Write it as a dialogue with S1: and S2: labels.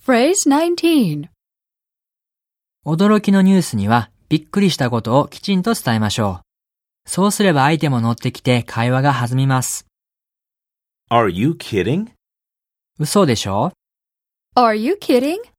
S1: Phrase 19.
S2: 驚きのニュースにはびっくりしたことをきちんと伝えましょう。そうすれば相手も乗ってきて会話が弾みます。
S3: Are you kidding?
S2: 嘘でしょ
S1: Are you kidding?